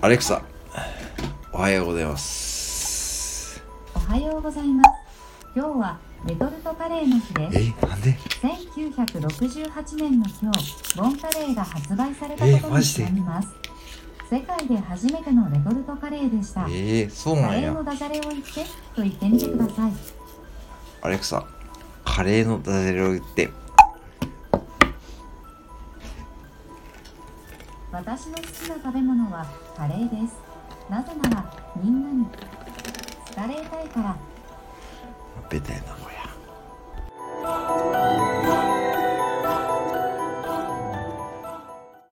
アレクサおはようございますおはようございます。今日はレトルトカレーの日です。えなんで1968年の今日、ボンカレーが発売されたことえマにジちでなみます。世界で初めてのレトルトカレーでした。えー、そうカなんレーやのダジャレを言ってと言ってみてください。アレクサカレーのダジャレを言って私の好きな食べ物はカレーです。なぜならみんなに好かれたいから。ベタやなこ